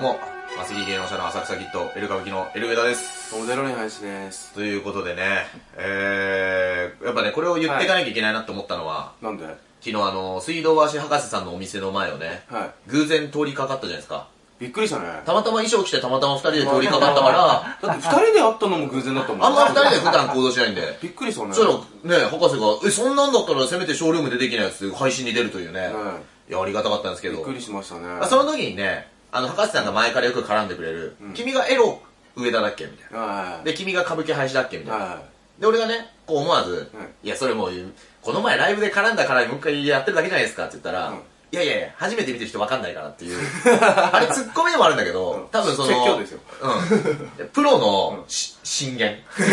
も、祭り芸能者の浅草キッド、エル歌舞伎のエル上田です。トムゼロに林です。ということでね、えー、やっぱね、これを言っていかなきゃいけないなと思ったのは、なんではい。昨日あの、水道橋博士さんのお店の前をね、偶然通りかかったじゃないですか。びっくりしたね。たまたま衣装着てたまた ま二人で通りかかったから、だって二人で会ったのも偶然だったもんねあんま二人で普段行動しないん で。びっくりしたね。そしたらね、博士が、え、そんなんだったらせめてショールームでできないやつ配信に出るというね。いや、ありがたかったんですけびっどく。りしましたね。あその時にね、あの、博士さんが前からよく絡んでくれる、君がエロ上田だっけみたいはな。い。で、君が歌舞伎廃止だっけみたいな。はで、俺がね、こう思わず、はいいや、それもう、この前ライブで絡んだからもう一回やってるだけじゃないですかって言ったら、うんいやいやいや、初めて見てる人わかんないから っていう。あれ、ツッコミでもあるんだけど、うん多分その、説教ですようん。プロのし進 言。い。プ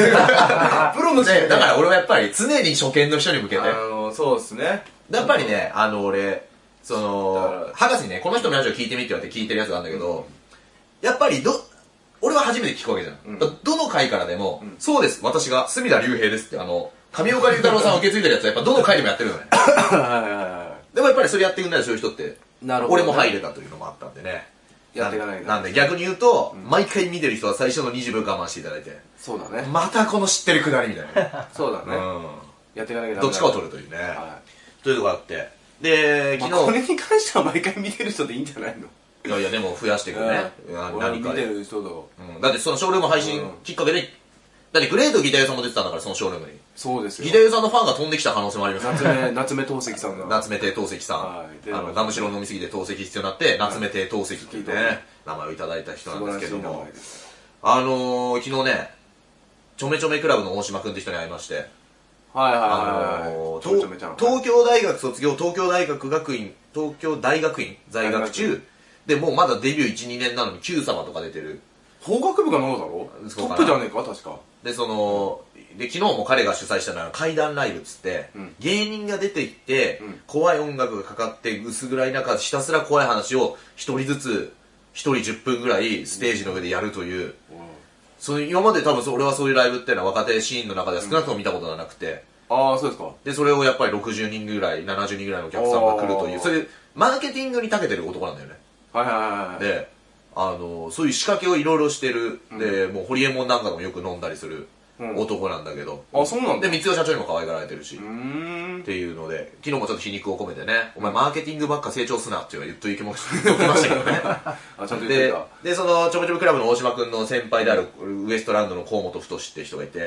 ロのでだから俺はやっぱり常に初見の人に向けて、あの、そうですね。やっぱりね、あの俺、そのだ、博士にね、この人のラジオ聞いてみって言われて聞いてるやつがあるんだけど、やっぱりど、俺は初めて聞くわけじゃん。うんだからどの回からでも、そうです、私が隅田隆平ですって、あの、上岡龍太郎さんを受け継いでるやつはやっぱどの回でもやってるのね。はいはいはでもやっぱりそれやってくんないそういう人って、い。なるほど。俺も入る。れたというのもあったんでね。やっていかないな。なんで逆に言うと、毎回見てる人は最初の20分我慢していただいて、そうだね。またこの知ってるくだりみたいな。そうだ ね。うやっていかなきゃん。どっちかを取る。るというね。はというのがあって。で、い。昨ま日。あこれに関しては毎回見てる人でいいんじゃないのいやいや、でも増やしていくね。な俺は何見かてで。る人と。うんだってそのショールーム配信きっかけで、だってグレートギター屋さんも出てたんだから、そのショールームに。そうですよギタ。ー屋さんのファンが飛んできた可能性もありますよ。夏目、夏目漱石さんが。夏目帝透析さはいん。であの、ガムシロ飲みすぎて透析必要になって、夏目帝透析っていう聞いたねね、名前をいただいた人なん素で晴すけらしどい名も前で。す。あのー、昨日ね、ちょめちょめクラブの大島くんって人に会いまして、はいはいあはいはい。のーちょめちょめちゃん東東京大学卒業、東京大学学院、東京大学院在学中、で、もうまだデビュー1、2年なのに Q 様とか出てる。法学部かなんかだろそうトかなップじゃねえか確かで、その、で、昨日も彼が主催したのは怪談ライブっつって、うん芸人が出てきて、うん怖い音楽がかかって薄暗い中、ひたすら怖い話を一人ずつ、一人10分ぐらいステージの上でやるという、その今まで多分そう俺はそういうライブっていうのは若手シーンの中では少なくとも見たことがなくて、ああそうですかで、それをやっぱり60人ぐらい、70人ぐらいのお客さんが来るといおう、ーそういうマーケティングに長けてる男なんだよね。はいはいはいはいで、あの、そういう仕掛けをいろいろしてる、で、もうホリエモンなんかでもよく飲んだりするうん男なんだけど、あそうなんだで、う三代社長にも可愛がられてるし、ーっんていうので、昨日もちょっと皮肉を込めてね、お前マーケティングばっか成長すなっていうのは言っといきまし言っときましたけど ね。あちゃんと言ってでたは、で、その、ちょめちょめクラブの大島くんの先輩である、ウエストランドの河本太って人がいて、い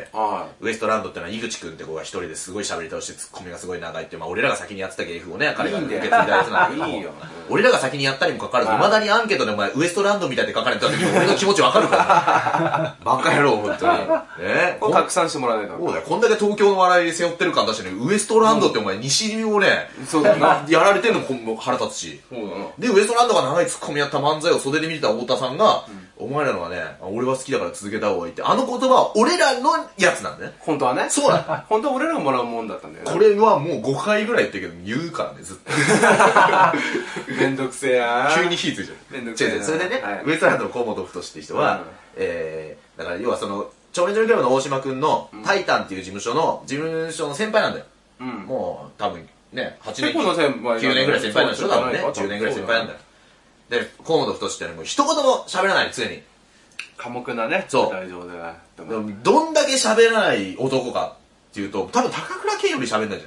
ウエストランドってのは井口くんって子が一人ですごい喋り倒してツッコミがすごい長いっていう、まあ俺らが先にやってた芸風をね、彼がいい受んけだよ継いだやつなんだけどもいいよ俺らが先にやったにもかかわらず、はい未だにアンケートでお前ウエストランドみたいって書かれた時に俺の気持ちわかる から。バカ野郎、本当に。ねこれ拡散してもらわないとそうだよ、こんだけ東京の笑いで背負ってる感出してね、ウエストランドってお前西をね、そうだなやられてんのほんま腹立つし。そうだなで、ウエストランドが長いツッコミやった漫才を袖で見てた太田さんが、お前らのはね、あ俺は好きだから続けた方がいいって、あの言葉は俺らのやつなんだね。本当はねそうなんだ。本当は俺らがもらうもんだったんだよこねれはもう5回ぐらい言ってるけど、言うからね、ずっと。めんどくせえな急に火ついちゃう。めんどくせえな違う違うそれでね、はいウエストランドの河本太って人は、うんえー、だから要はその、ちょめちょめクラブの大島くんの、タイタンっていう事務所の、事務所の先輩なんだよ。うんもう、多分ね、8結年、構な先輩なんだ9年ぐらい先輩なんでしょ、多分ね。そうじゃ10な年いぐらい先輩なんだよ。で、河本太ってのもう一言も喋らない、常に。寡黙なねそう大丈夫だなでもどんだけ喋らない男かっていうと、多分高倉健より喋んないじ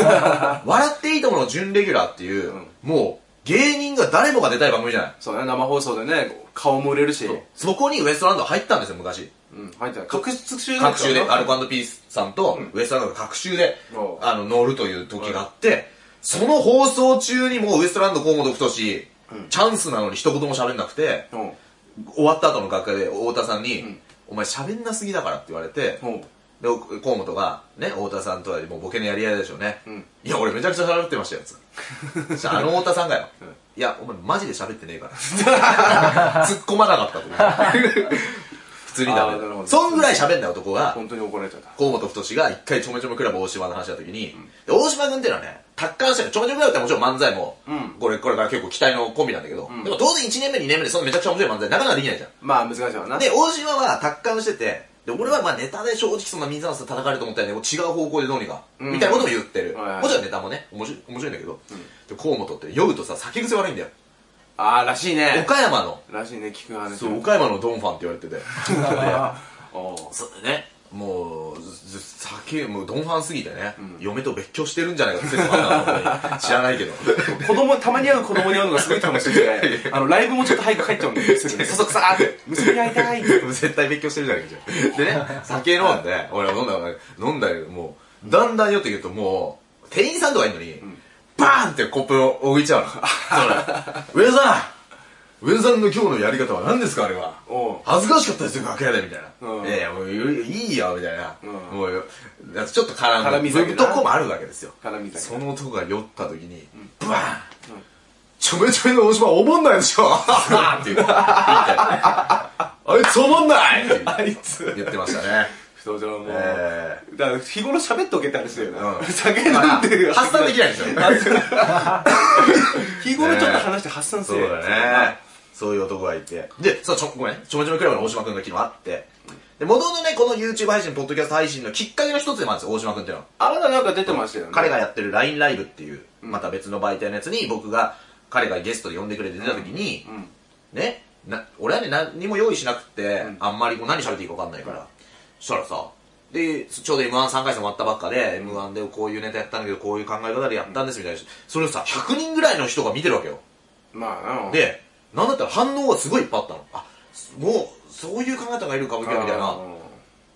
ゃ ない笑っていいともの準レギュラーっていう、うんもう芸人が誰もが出たい番組じゃない。そうね生放送でね顔も売れるしうそこにウエストランド入ったんですよ、昔。ん入ってた各週だった各週で、アルコピースさんとウエストランドが各週でう、んあの、乗るという時があって、その放送中にもうウエストランド河本太し、チャンスなのに一言も喋んなくて、うん終わった後の楽屋で太田さんに、お前喋んなすぎだからって言われて、うんで、河本が、ね、太田さんとはもうボケのやり合いでしょうね。うんいや、俺めちゃくちゃ喋ってましたよ、つって。そ したらあの太田さんがよ、んいや、お前マジで喋ってねえ から。突っ込まなかったと思う普通にダあーなるほメどだ。そんぐらい喋んない男が、本当に怒られちゃった河本太が一回ちょめちょめクラブ大島の話した時に、で大島君っていうのはね、達観してる。ちょめちょめクラブってもちろん漫才も、うんこれ、これから結構期待のコンビなんだけど、でも当然1年目、2年目でそんなめちゃくちゃ面白い漫才なかなかできないじゃん。まあ難しいわなで、大島は達観してて、で、俺はまあネタで正直そんな水野さんと戦えると思ったよね、違う方向でどうにか、うんみたいなことも言ってる。はいはいもちろんネタもね、面白い面白いんだけど、で、河本って酔うとさ、酒癖悪いんだよ。あーらしいね岡山の、らしいね聞く話そう、岡山のドンファンって言われてて。あー おーそうね。もう、ずず酒、もう、ドンファンすぎてね、嫁と別居してるんじゃないかって説もあったの本当に知らないけど。子供たまに会う子供に会うのがすごい楽しくてあのライブもちょっと早く帰っちゃうんでそ そそくさーって。娘に会いたいって 絶対別居してるじゃないかじゃんでね酒飲んで俺は飲んだから飲んだけどもうだんだん酔ってくるともう店員さんとかいいのに、バーンってコップを置いちゃう のそうね上田さん上田さんの今日のやり方は何ですかあれはおう恥ずかしかったですよ楽屋でみたいな、うんいやいやもういいよみたいな、うんもうよだってちょっと絡んで絡みそ酒なういうとこもあるわけですよ絡み酒その男が酔った時に、ブワーン、ちょめちょめの大島おもんないでしょって 言ってあいつおもんないってあいつ言ってましたね。 そうじゃあもう、えだから日頃喋っとけって話だよな、うん酒飲えんでる発散できないんですよ。日頃ちょっと話して発散せそうよだね。そういう男がいて。で、そう、ちょ、ごめんね。ちょめちょめクラブの大島くんが昨日あって。で、元のね、この YouTube 配信、ポッドキャスト配信のきっかけの一つでもあるんですよ、大島くんっていうのは。あなたなんか出てましたよね彼がやってる LINE ライブっていう、また別の媒体のやつに僕が、彼がゲストで呼んでくれて出た時に、ね、な俺はね、何も用意しなくて、あんまりこう何喋っていいか分かんないから。そしたらさ、で、ちょうど M13 回戦終わったばっかで、M1 でこういうネタやったんだけど、こういう考え方でやったんですみたいな、それをさ、100人ぐらいの人が見てるわけよ。まあなで、なんだったら反応がすごいいっぱいあったの。あ、もう、そういう考え方がいるかもあみーたいな。っ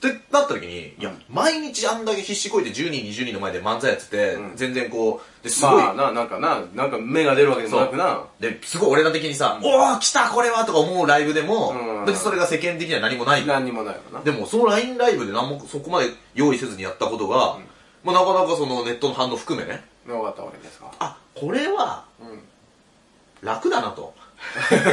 てなった時に、いや、毎日あんだけ必死こいて10人、20人の前で漫才やってて、うん全然こう、ですごい、まあななんかななんか目が出るわけでもなくなで、すごい俺ら的にさ、おー、来た、これはとか思うライブでも、うんだってそれが世間的には何もない。何にもないわなでも、その LINE ライブで何もそこまで用意せずにやったことが、まあ、なかなかそのネットの反応含めね、よかったわけですかあ、これは、うん楽だなと。正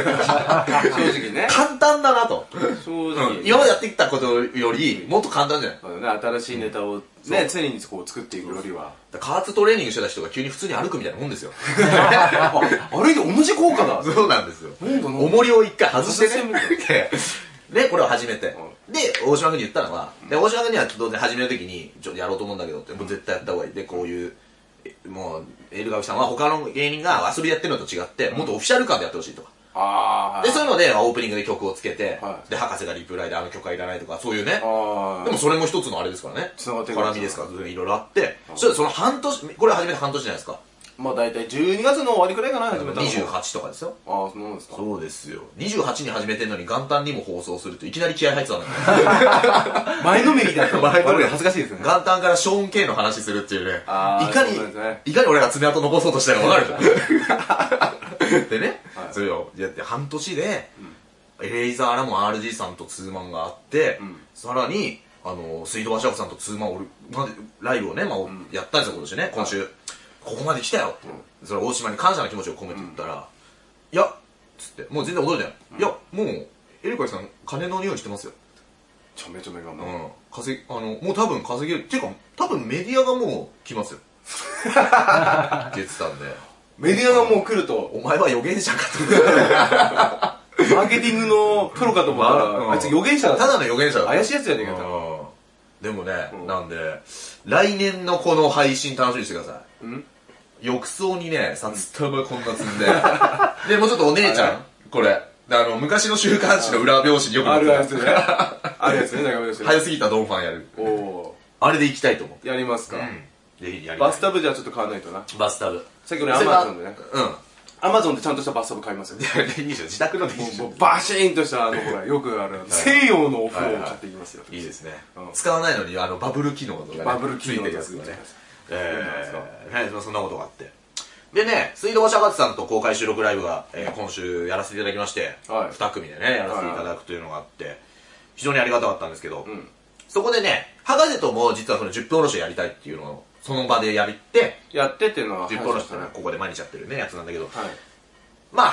直ね簡単だな と。正うん直今までやってきたことより、もっと簡単じゃない。そうだね新しいネタをね常にこう作っていくよりは だから加圧トレーニングしてた人が急に普通に歩くみたいなもんですよ。ああれで同じ効果 だそうなんですよ。なんだなんだ重りを一回外してね外し。 で、これを始めて。で、大島君に言ったのは、で、大島君には当然始めるときに、ちょっとやろうと思うんだけどって、もう絶対やった方がいい。で、こういう、えもう、エルガキさんは他の芸人が遊びでやってるのと違って、もっとオフィシャル感でやってほしいとか。ああで、そういうので、オープニングで曲をつけては、いで、博士がリプライであの曲はいらないとか、そういうね。ああでもそれも一つのあれですからね。繋がってくる絡みですから、いろいろあって、そしたらその半年、これ始めて半年じゃないですか。まあ大体12月の終わりくらいかな始めたの28とかですよ。ああそうなんですかそうですよ。28に始めてんのに元旦にも放送するといきなり気合入ってたのよ。 前のめりだった前のめり恥ずかしいですね元旦からショーン・ケイの話するっていうね。いあーかにそうですね、いかに俺が爪痕残そうとしたかわかるじゃ ん。でねはい、それをやって半年で、レイザーラモン RG さんとツーマンがあってん、さらに、あの、水戸橋子さんとツーマン、俺、までライブをね、まあ、やったんですよ、今年ね、今週。ここまで来たよって。それ大島に感謝の気持ちを込めて言ったら、いや、つって、もう全然驚いてない。いや、もう、エリカさん、金の匂いしてますよ。ちょめちょめがう。もうん稼ぎ、あの、もう多分稼げる。っていうか、多分メディアがもう来ますよ。 って言ってたんで、メディアがもう来るとお前は予言者かマーケティングのプロかと思ったうんらあいつ予言者だと。ったただの予言者だった怪しいやつやねんけどうんでもね、んなんで、来年のこの配信楽しみにしてください。うん浴槽にね、札束こんな積んで。 で、もうちょっとお姉ちゃあれん、これ。あの、昔の週刊誌の裏表紙によくあ載ってるたや つねあるやつね中村ですね早すぎたドンファンやる。おおあれで行きたいと思ーやりますかう。ぜひやりたいバスタブじゃちょっと買わないとなバスタブ。さっき俺アマゾンでねそれはうん。アマゾンでちゃんとしたバスタブ買いますよ いやいいですよ自宅のでいいですもようバシーンとしたあの ほらよくある西洋のお風呂を買っていきますよいいですね、うん使わないのにあのバブル機能とか、ね、バブル機能ついてるでやすつねがねえー、ねそんなことがあってでね水道橋博士さんと公開収録ライブが、えー今週やらせていただきまして、はい2組でねやらせていただくというのがあって、非常にありがたかったんですけど、んそこでね博士とも実はその10分おろしをやりたいっていうのをその場でやりってやってっていうのは10分おろしってのはここで毎日やってるねやつなんだけど、はいま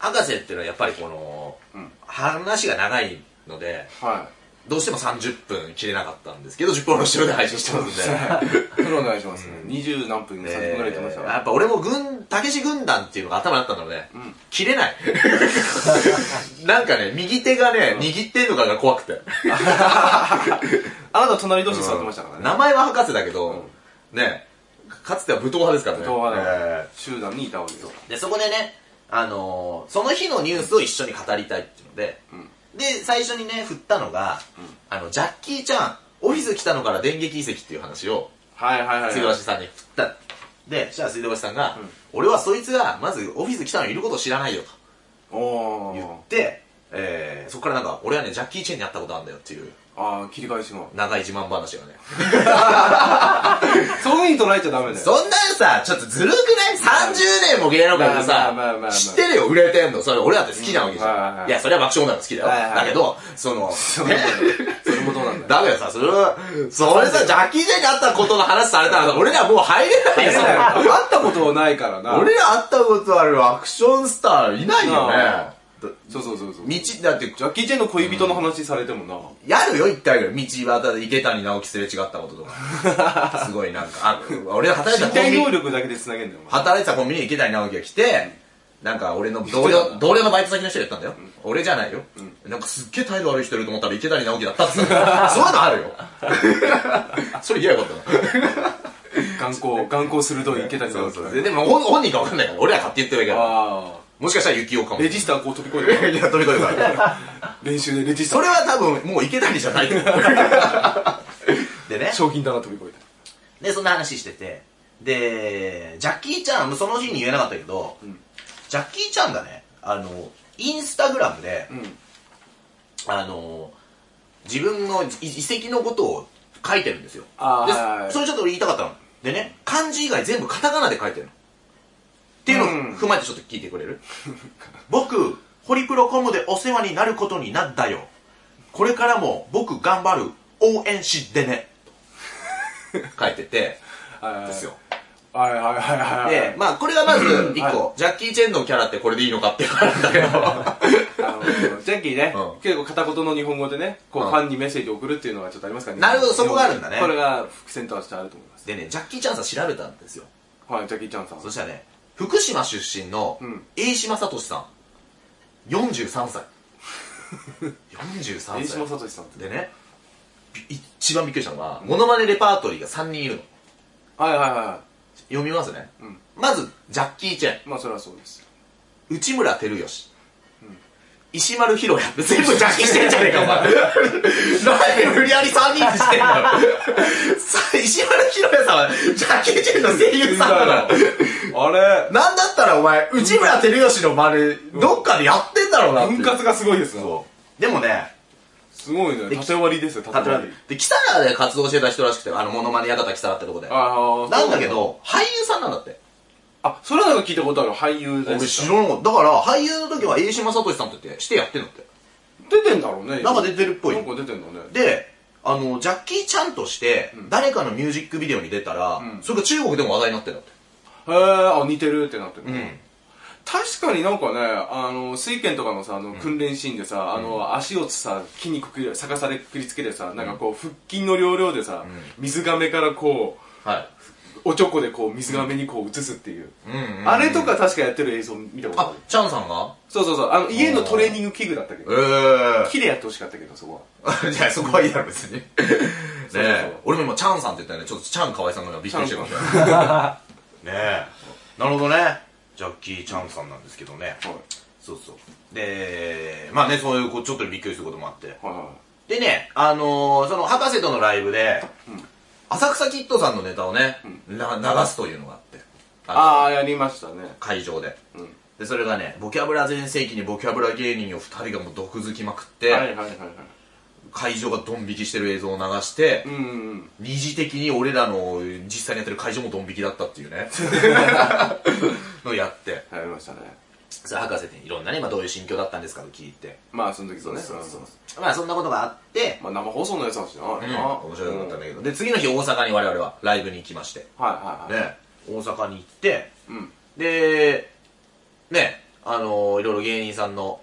あ博士っていうのはやっぱりこの、うん話が長いのではどうしても30分切れなかったんですけど、10分の後ろで配信して ますんで。い。プロお願いしますね。二十何分、三分ぐらい言ってましたえーねやっぱ俺も軍、たけし軍団っていうのが頭にあったんだろうね。ん切れない。 なんかね、右手がね、握ってんのかが怖くて。あなた隣同士座ってましたからね。名前は博士だけど、ね、かつては武闘派ですからね。東亜えの集団にいたわけよ。ーで、そこでね、あのーその日のニュースを一緒に語りたいっていうので、で、最初にね、振ったのが、あの、ジャッキーちゃん、オフィス来たのから電撃移籍っていう話を、はいはいはい水道橋さんに振った。で、そしたら水道橋さんが、俺はそいつが、まずオフィス来たのいることを知らないよと。お言っーて、えーそこからなんか、俺はね、ジャッキー・チェンに会ったことあるんだよっていう、あー切り返し が長い自慢話がね。そういう風に捉えちゃダメだそよんなんさ、ちょっとずるくない ?30 年も芸能界でまさあまあまあまあま、あ知ってるよ、売れてんの。それ俺だって好きなわけじうんはいはいゃはん。いいや、それは爆笑女の好きだよ。はいはいはいだけど、その、そ うねそれもど うなんだよだけどさ、それは、それさ、ジャッキー・チェンに会ったことの話されたらさ、俺らもう入れない会よ、そんな ったことないからな俺ら会ったことあるアクションスターいないよねな。だそうそうそうそう道ジ、だって、ャッキー・チェンの恋人の話されてもな、やるよ、一回ぐらい。道端で池谷直樹すれ違ったことと か。すごいなんか、あ俺が働いて身たコン体ビニ能、力だけで繋げんだよお前働いてたコンビニに池谷直樹が来て、なんか俺の同知ってた僚、の同僚のバイト先の人が言ったんだよ。俺じゃないよ。なんかすっげえ態度悪い人いると思ったら池谷直樹だったっつ ってたそういうのあ るよ。それ嫌やことだな。 眼光眼光鋭い池谷さんそうそう。ででも本本人かわかんないから、俺ら勝手に言ってるだけだから。あもしかしたら雪男かあも。レいジスターこう飛び越えてや、飛び越えたから。練習でレジスタそーれは多分もう池谷じゃないと 思う。でね。賞金だな飛び越えてで、そんな話してて。で、ジャッキーちゃん、その日に言えなかったけど、んジャッキーちゃんがね、あの、インスタグラムで、うんあの、自分のい遺跡のことを書いてるんですよ。あーではいはいそれちょっと俺言いたかったの。でね、漢字以外全部カタカナで書いてるの。っていうのをうん踏まえてちょっと聞いてくれる、僕、ホリプロコムでお世話になることになったよ。これからも僕頑張る。応援してね。書いてて、はいですよ。はいはいはいはいで、まあこれがまず1個、はジャッキー・チェンのキャラってこれでいいのかっていう話だけど、あのジャッキーね、うん結構片言の日本語でねこう、うんファンにメッセージを送るっていうのはちょっとありますからねなるほどそこがあるんだねこれが伏線としてあると思いますでね、ジャッキー・チャンさん調べたんですよ。はいジャッキー・チャンさんそしたらね、福島出身のうん栄島聡さん、43歳。43飯島歳。聡さんってでね、び一番びっくりしたのは、モノマネレパートリーが3人いるの。はいはいは読みますね。うんまず、ジャッキー・チェン、いまあそれはそ うです内村光義、石丸 ひろや。全部ジャッキー・チェンじゃねえか、お前。なんで無理やり3人にしてんだよ。 さ石丸ひろやさんは、ジャッキー・チェンの声優さんだから。あれなんだったらお前、内村照義の真似、どっかでやってんだろうなっていう分割がすごいですなでもね、すごいね縦割りですよ例え縦ば割り、で、キサラで活動してた人らしくて、あの、モノマネ矢方キサラってとこで。ああなんだけど、俳優さんなんだって。あそれはなんか聞いたことある俳優で俺す知らんかった。だから、俳優の時は栄島聡さんと言って、してやってんのって。出てんだろうねなんか出てるっぽいなんか出てんだねで、あの、ジャッキーちゃんとして、誰かのミュージックビデオに出たら、それが中国でも話題になってんだって。へえあ似てるってなってる、ん確かになんかねあの水拳とかのさあの訓練シーンでさ、あの足をさ筋肉くり逆さでくりつけてさ、なんかこう腹筋の要領でさ、水がめからこはい。うおちょこでこう水がめにこう移すっていう、うんうん、あれとか確かやってる映像見たことあある、チャンさんがそうそうそうあの家のトレーニング器具だったけどえ木でやってほしかったけどそこはえ じゃあそこはいいだろ、別に。ねそうえ、俺も今、チャンさんって言ったらね、ちょっとチャン河合さんがびっくりしてましたよ。 ねえなるほどねジャッキー・チャンさんなんですけどねはいそうそうでまあねそういうこうちょっとびっくりすることもあってはいはでねあのー、その博士とのライブで、浅草キッドさんのネタをね、な流すというのがあっていあのああやりましたね会場でうんでそれがねボキャブラ全盛期にボキャブラ芸人を2人がもう毒づきまくって、はいはいはいはい会場がドン引きしてる映像を流して、うんうんうん二次的に俺らの実際にやってる会場もドン引きだったっていう ねのやってやりましたねさあ博士にいろんなね、まあ、どういう心境だったんですかと聞いてまあその時とねまあそんなことがあって、まあ、生放送のやつなんですようねん、あ面白かったんだね。けど、で次の日大阪に我々はライブに行きましてうんはいはいはい。ね大阪に行ってうん。でねあのーいろいろ芸人さんの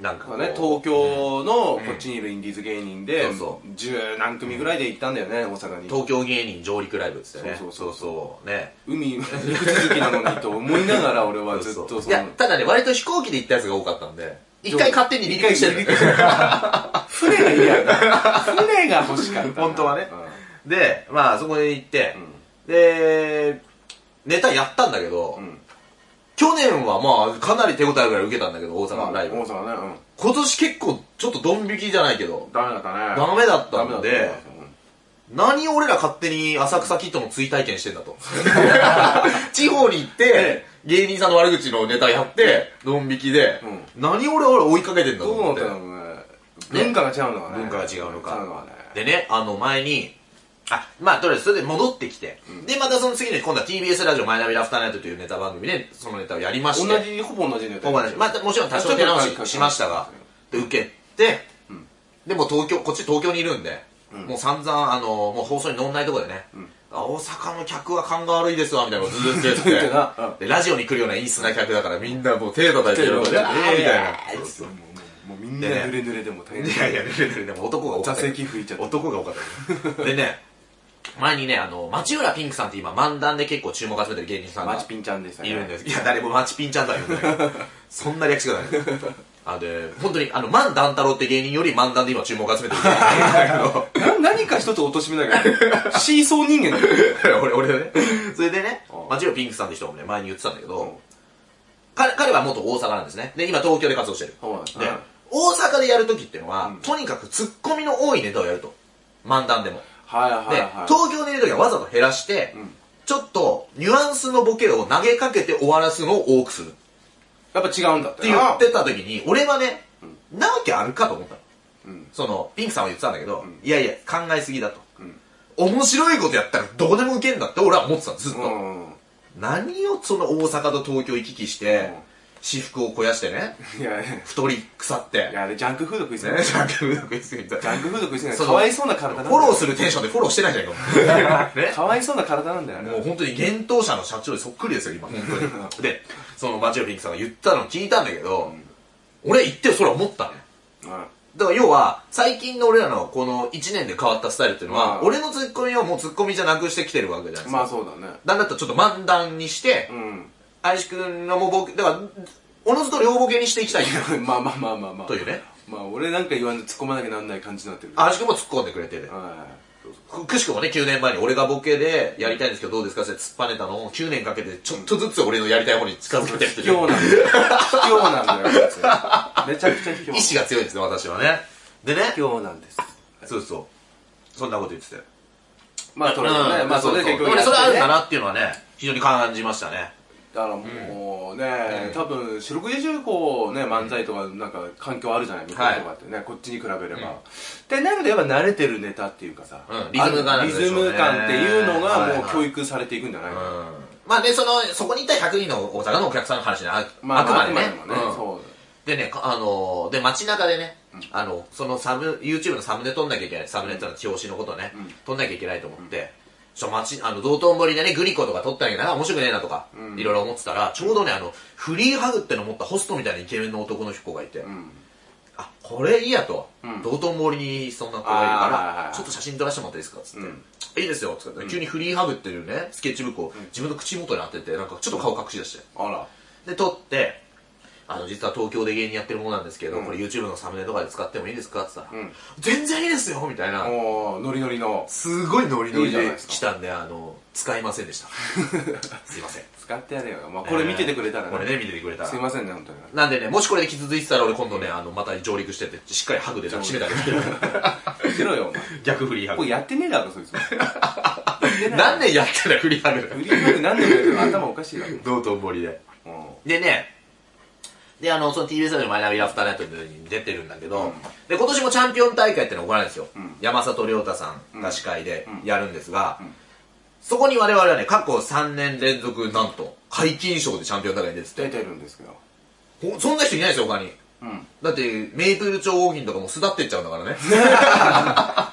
なんかこまあうね、東京のこっちにいるインディーズ芸人でそうそ、十何組ぐらいで行ったんだよね、大阪に。東京芸人上陸ライブっつってねそうそうそそううね海、陸続きなのにと思いながら俺はずっとそいやの、ただね割と飛行機で行ったやつが多かったんで一回勝手に離陸してる一回離陸船が嫌だ。船が欲しかったな。本当はねで、まあ、そこに行って、で、ネタやったんだけど、うん。うん。去年年はまあ、かなり手応えぐらい受けたんだけど、大阪のライブ。大阪ね、今年結構、ちょっとドン引きじゃないけどうん。、ダメだったね。ダメだったダメだんったで、何俺ら勝手に浅草キッドの追体験してんだ と。地方に行って、芸人さんの悪口のネタやって、ドン引きで、う何俺俺追いかけてんだとどうな思っってた。のね。文化が違うのかね。文化が違うのか違うのはね。でね、あの前に、あ、まあとりあえずそれで戻ってきて、で、またその次に今度は TBS ラジオマイナビラフターナイトというネタ番組でそのネタをやりまして、同じ、ほぼ同じネタ。ほぼ同じまたもちろん多少手直ししましたが、で受けて、んでもう東京、こっち東京にいるんで、んもう散々、あの、もう放送に乗んないとこでね、んあ大阪の客は勘が悪いですわ、みたいなことずっと言って言ってなうんで、ラジオに来るような陰湿な客だからみんなもう手叩いてるみたいな、あーみたいな。そうそうもうもうもうみんな濡れ濡れでも大変。いやいや、でも男が多か座ったよ席拭いちゃった。男が多かったよ でね前にねあの町浦ピンクさんって今漫談で結構注目集めてる芸人さんマがチピンちゃんでしたね。いるんですいや誰も町ピンちゃんとは呼んでないそんな略しかないあで本当にあの漫談太郎って芸人より漫談で今注目集めてる芸人なんだけどな何か一つ貶としめながら、 シーソー人間だよ。俺、俺だね。それでねうん、町浦ピンクさんって人もね、前に言ってたんだけうんど、彼彼は元大阪なんですね。で、今東京で活動してる。そうなんですねで、大阪でやるときっていうのはうん、とにかくツッコミの多いネタをやると。漫談でも。はいはいではい。、東京でいるときはわざと減らして、うんちょっとニュアンスのボケを投げかけて終わらすのを多くするってやっぱ違うんだって言ってた時に、俺はね、なわけあるかと思ったの。うんその、ピンクさんは言ってたんだけど、んいやいや、考えすぎだと。うん面白いことやったらどこでも受けんだって俺は思ってたの、ずっと。うん何をその大阪と東京行き来して、私服を肥やしてね、いやい太り腐って、やいやあれジャンクフード食いすぎね、ジャンクフード食いすぎたジャンクフード食いすぎないそのかわいそうな体なんだフォローするテンションでフォローしてないじゃん か。ねかわいそうな体なんだよねもう本当に幻冬舎の社長にそっくりですよ、今、本当に。 で、その町のピンクさんが言ったのを聞いたんだけど、俺言ってそれは思ったね。うんだから要は、最近の俺らのこの1年で変わったスタイルっていうのは、うん俺のツッコミをもうツッコミじゃなくしてきてるわけじゃないですか。まあそうだね なんだったらちょっと漫談にして、う愛しくんのもボケ、だから、おのずと両ボケにしていきたい。んまあまあまあまあまあというねまあ俺なんか言わんと突っ込まなきゃなんない感じになってる愛しくんも突っ込んでくれてて。はくくしくもね、9年前に俺がボケでやりたいんですけどどうですかって突っぱねたのを9年かけてちょっとずつ俺のやりたい方に近づけていって卑る。怯なんだよ卑怯なんだよこいつめちゃくちゃ卑怯意志が強いんですね、私はね。でね、卑怯なんですそうそう。そんなこと言ってたよ。まあとりあえずねうんまあそれでそう結そうでもねそ局れあるんだだなっていうのはね、非常に感じましたね。からもうね多分四六時中こうね漫才とかなんか環境あるじゃない向こうとかってねこっちに比べればってなるとやっぱ慣れてるネタっていうかさうんリズム感なんリでしょうねズム感っていうのはいはがいもう教育されていくんじゃないかなまあね、その、そこに行った100人の大阪のお客さんの話ね、あまああくまでね。あくまでもうんそうでね、かあのーで、街中でね、あの、そのサム、YouTube のサムネ撮んなきゃいけない。サムネってのは表紙のことね、撮んなきゃいけないと思って、ちょ、街、あの、道頓堀でね、グリコとか撮ったんやけど、あ面白くねえなとか、いろいろ思ってたら、ちょうどね、あの、フリーハグっての持ったホストみたいなイケメンの男の子がいて、んあ、これいいやと、ん道頓堀にそんな子がいるあーはいはいかはら、いちょっと写真撮らせてもらっていいですかつって、うんいいですよつって、急にフリーハグっていうね、スケッチブックを自分の口元に当てて、なんかちょっと顔隠し出して、あらで撮ってあの実は東京で芸人やってるものなんですけど、んこれ YouTube のサムネとかで使ってもいいですかって言ったら、うん全然いいですよみたいなもうノリノリのすごいノリノリで来たんであの使いませんでした すいません使ってやれよ、まあ、これ見ててくれたらねこれね見ててくれたらすいませんね本当になんでねもしこれで傷ついてたら俺今度ねあのまた上陸してってしっかりハグで抱きしめたりしろよお前逆フリーハこグれやってねえだろそいつも何年やってんだよフリーハグ売り上げ何年もやってるの頭おかしいだろ道頓堀でうんでね、で、あの、その TBS ラジオマイナビラフターナイトに出てるんだけど、で、今年もチャンピオン大会ってのが行われるんですよ。ん山里亮太さんが司会でやるんですが、んそこに我々はね、過去3年連続、なんと、解禁賞でチャンピオン大会に出出てて、てるんですけどほそんな人いないですよ、他に。うんだって、メイプル超合金とかもう巣立ってっちゃうんだか